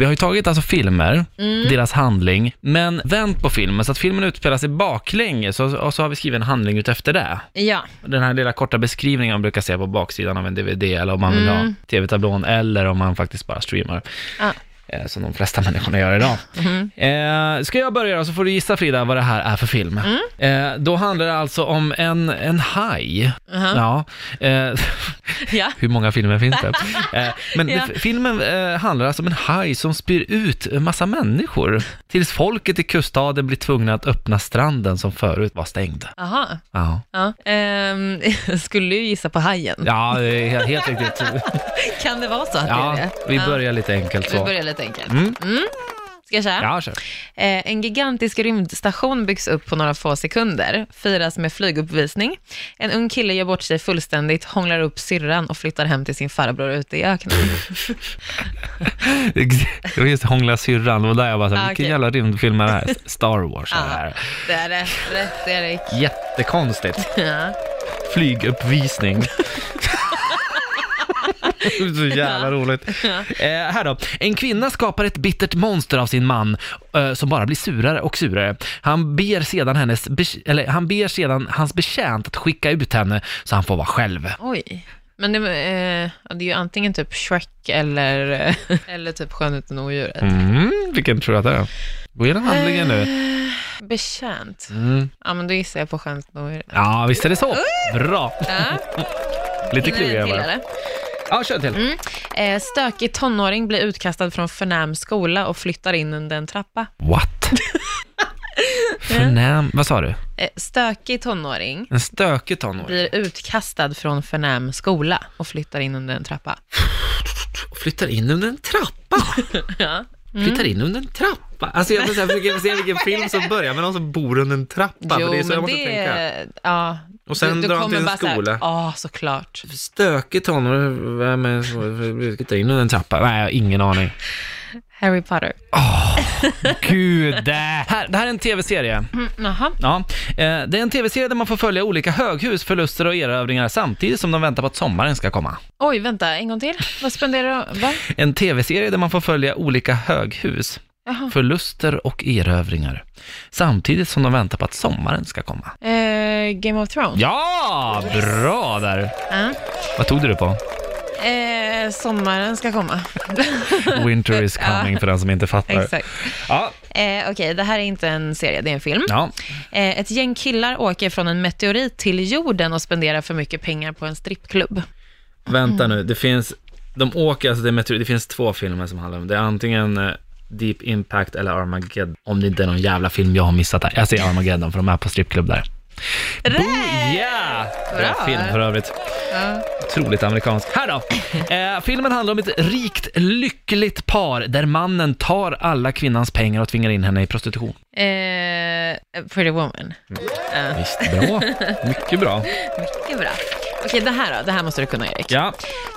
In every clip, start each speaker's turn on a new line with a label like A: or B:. A: Vi har ju tagit alltså filmer, deras handling, men vänt på filmen så att filmen utspelar sig baklänges och, och så har vi skrivit en handling utefter det.
B: Ja,
A: Den här lilla korta beskrivningen man brukar se på baksidan av en DVD eller om man vill ha tv-tablån eller om man faktiskt bara streamar.
B: Ja.
A: Eh, Som de flesta människorna gör idag. Eh, ska jag börja då så får du gissa Frida vad det här är för film. Eh, då handlar det alltså om en, en haj. Ja. Eh,
B: ja.
A: hur många filmer finns det? Eh, Men
B: Ja.
A: f- filmen eh, handlar alltså om en haj som spyr ut en massa människor tills folket i kuststaden blir tvungna att öppna stranden som förut var stängd.
B: Aha.
A: Ja,
B: Ja. Ehm, jag skulle ju gissa på hajen.
A: ja det är he- helt riktigt.
B: Kan det vara så att
A: Ja,
B: det är det?
A: vi
B: Ja.
A: börjar lite enkelt
B: Vi
A: så.
B: börjar lite enkelt.
A: Mm.
B: Ska jag köra?
A: Ja, kör.
B: Eh, En gigantisk rymdstation byggs upp på några få sekunder, firas med flyguppvisning. En ung kille gör bort sig fullständigt, hånglar upp syrran och flyttar hem till sin farbror ute i öknen.
A: Det var just Hångla syrran, det var där jag bara så här,
B: Ah,
A: vilken
B: okej.
A: jävla rymdfilm är det här? Star Wars är det här.
B: det är det. Rätt, Erik.
A: Jättekonstigt.
B: Ja.
A: flyguppvisning. Så jävla roligt. Eh, här då. En kvinna skapar ett bittert monster av sin man eh, som bara blir surare och surare. Han ber sedan, hennes, be- eller, han ber sedan hans betjänt att skicka ut henne så han får vara själv.
B: Oj. Men det, eh, ja, det är ju antingen typ Shrek eller, eller typ Skönheten och odjuret.
A: Mm, vilken tror du att det är? Gå igenom handlingen nu.
B: Betjänt.
A: Mm.
B: Ja, men då gissar jag på Skönheten och odjuret.
A: Ja, visst är det så. Bra.
B: Ja,
A: Lite
B: nu är det
A: klurigare
B: till,
A: bara.
B: eller?
A: Ja, kör till.
B: Eh, Stökig tonåring blir utkastad från förnäm skola och flyttar in under en trappa.
A: What? Förnäm... Vad sa du?
B: Eh, Stökig tonåring
A: En stökig tonåring?
B: blir utkastad från förnäm skola och flyttar in under en trappa.
A: Flyttar in under en trappa?
B: Ja.
A: flyttar in under en trappa. Alltså jag måste försöka se vilken film som börjar med någon som bor under en trappa. för det är så jag måste tänka.
B: Ja.
A: Och sen drar han till en skola.
B: Ja, såklart.
A: Stökig tonåring, vem är så- flyttar in under en trappa? Nej, jag har ingen aning.
B: Harry Potter.
A: Gud! Det här, det här är en tv-serie.
B: Mm, Jaha.
A: Ja, eh, det är en tv-serie där man får följa olika höghus, förluster och erövringar samtidigt som de väntar på att sommaren ska komma.
B: Oj, vänta, en gång till. Vad spenderar du? Va?
A: En tv-serie där man får följa olika höghus,
B: Jaha.
A: förluster och erövringar samtidigt som de väntar på att sommaren ska komma.
B: Eh, Game of Thrones?
A: Ja, bra där!
B: Ja.
A: Vad tog du det på?
B: Eh, sommaren ska komma.
A: Winter is coming för den som inte fattar.
B: Exakt.
A: Ja,
B: Eh, Okej, det här är inte en serie, det är en film.
A: ja.
B: Eh, ett gäng killar åker från en meteorit till jorden och spenderar för mycket pengar på en strippklubb.
A: Vänta nu, det finns, de åker, alltså det, är meteor- det finns två filmer som handlar om det. Det är antingen eh, Deep Impact eller Armageddon. Om det inte är någon jävla film jag har missat här. Jag ser Armageddon för de är på strippklubb där. Booyah! Oh, Bra
B: Bra.
A: film för övrigt.
B: Ja.
A: Otroligt amerikansk. Här då! Eh, filmen handlar om ett rikt, lyckligt par där mannen tar alla kvinnans pengar och tvingar in henne i prostitution.
B: Eh, Pretty Woman.
A: Visst, bra. Mycket bra.
B: Det är bra. Okej, det här då? Det här måste du kunna, Erik.
A: Ja,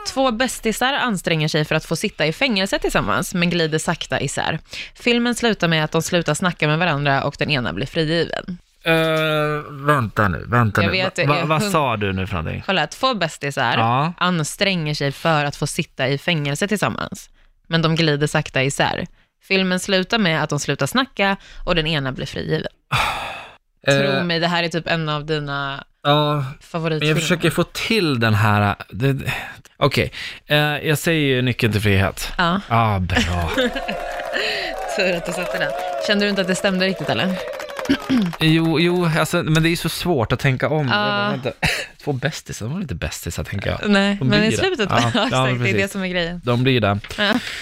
B: Två bästisar anstränger sig för att få sitta i fängelse tillsammans, men glider sakta isär. Filmen slutar med att de slutar snacka med varandra och den ena blir frigiven.
A: Eh, vänta nu, vänta
B: Jag
A: nu.
B: vet,
A: Va-
B: jag är
A: va- vad
B: hund-
A: sa du nu för någonting?
B: Kolla, två bästisar
A: Ja.
B: anstränger sig för att få sitta i fängelse tillsammans, men de glider sakta isär. Filmen slutar med att de slutar snacka och den ena blir frigiven. Tro
A: Eh,
B: mig, det här är typ en av dina
A: ja, men
B: favoritfilmer.
A: jag försöker få till den här... eh, det- det- Okej, Eh, jag säger ju nyckeln till frihet.
B: Ja,
A: Ja, ah, bra.
B: tur att du satte den. Kände du inte att det stämde riktigt eller?
A: Jo, jo alltså, men det är ju så svårt att tänka om. Jag bara,
B: Ja.
A: vänta. Två bästisar, de var inte bästisar tänker jag.
B: Nej,
A: De
B: men
A: blir
B: i
A: det.
B: slutet,
A: Ja,
B: ja,
A: ja,
B: exakt, det är det
A: precis.
B: som är grejen.
A: De blir det.
B: Ja.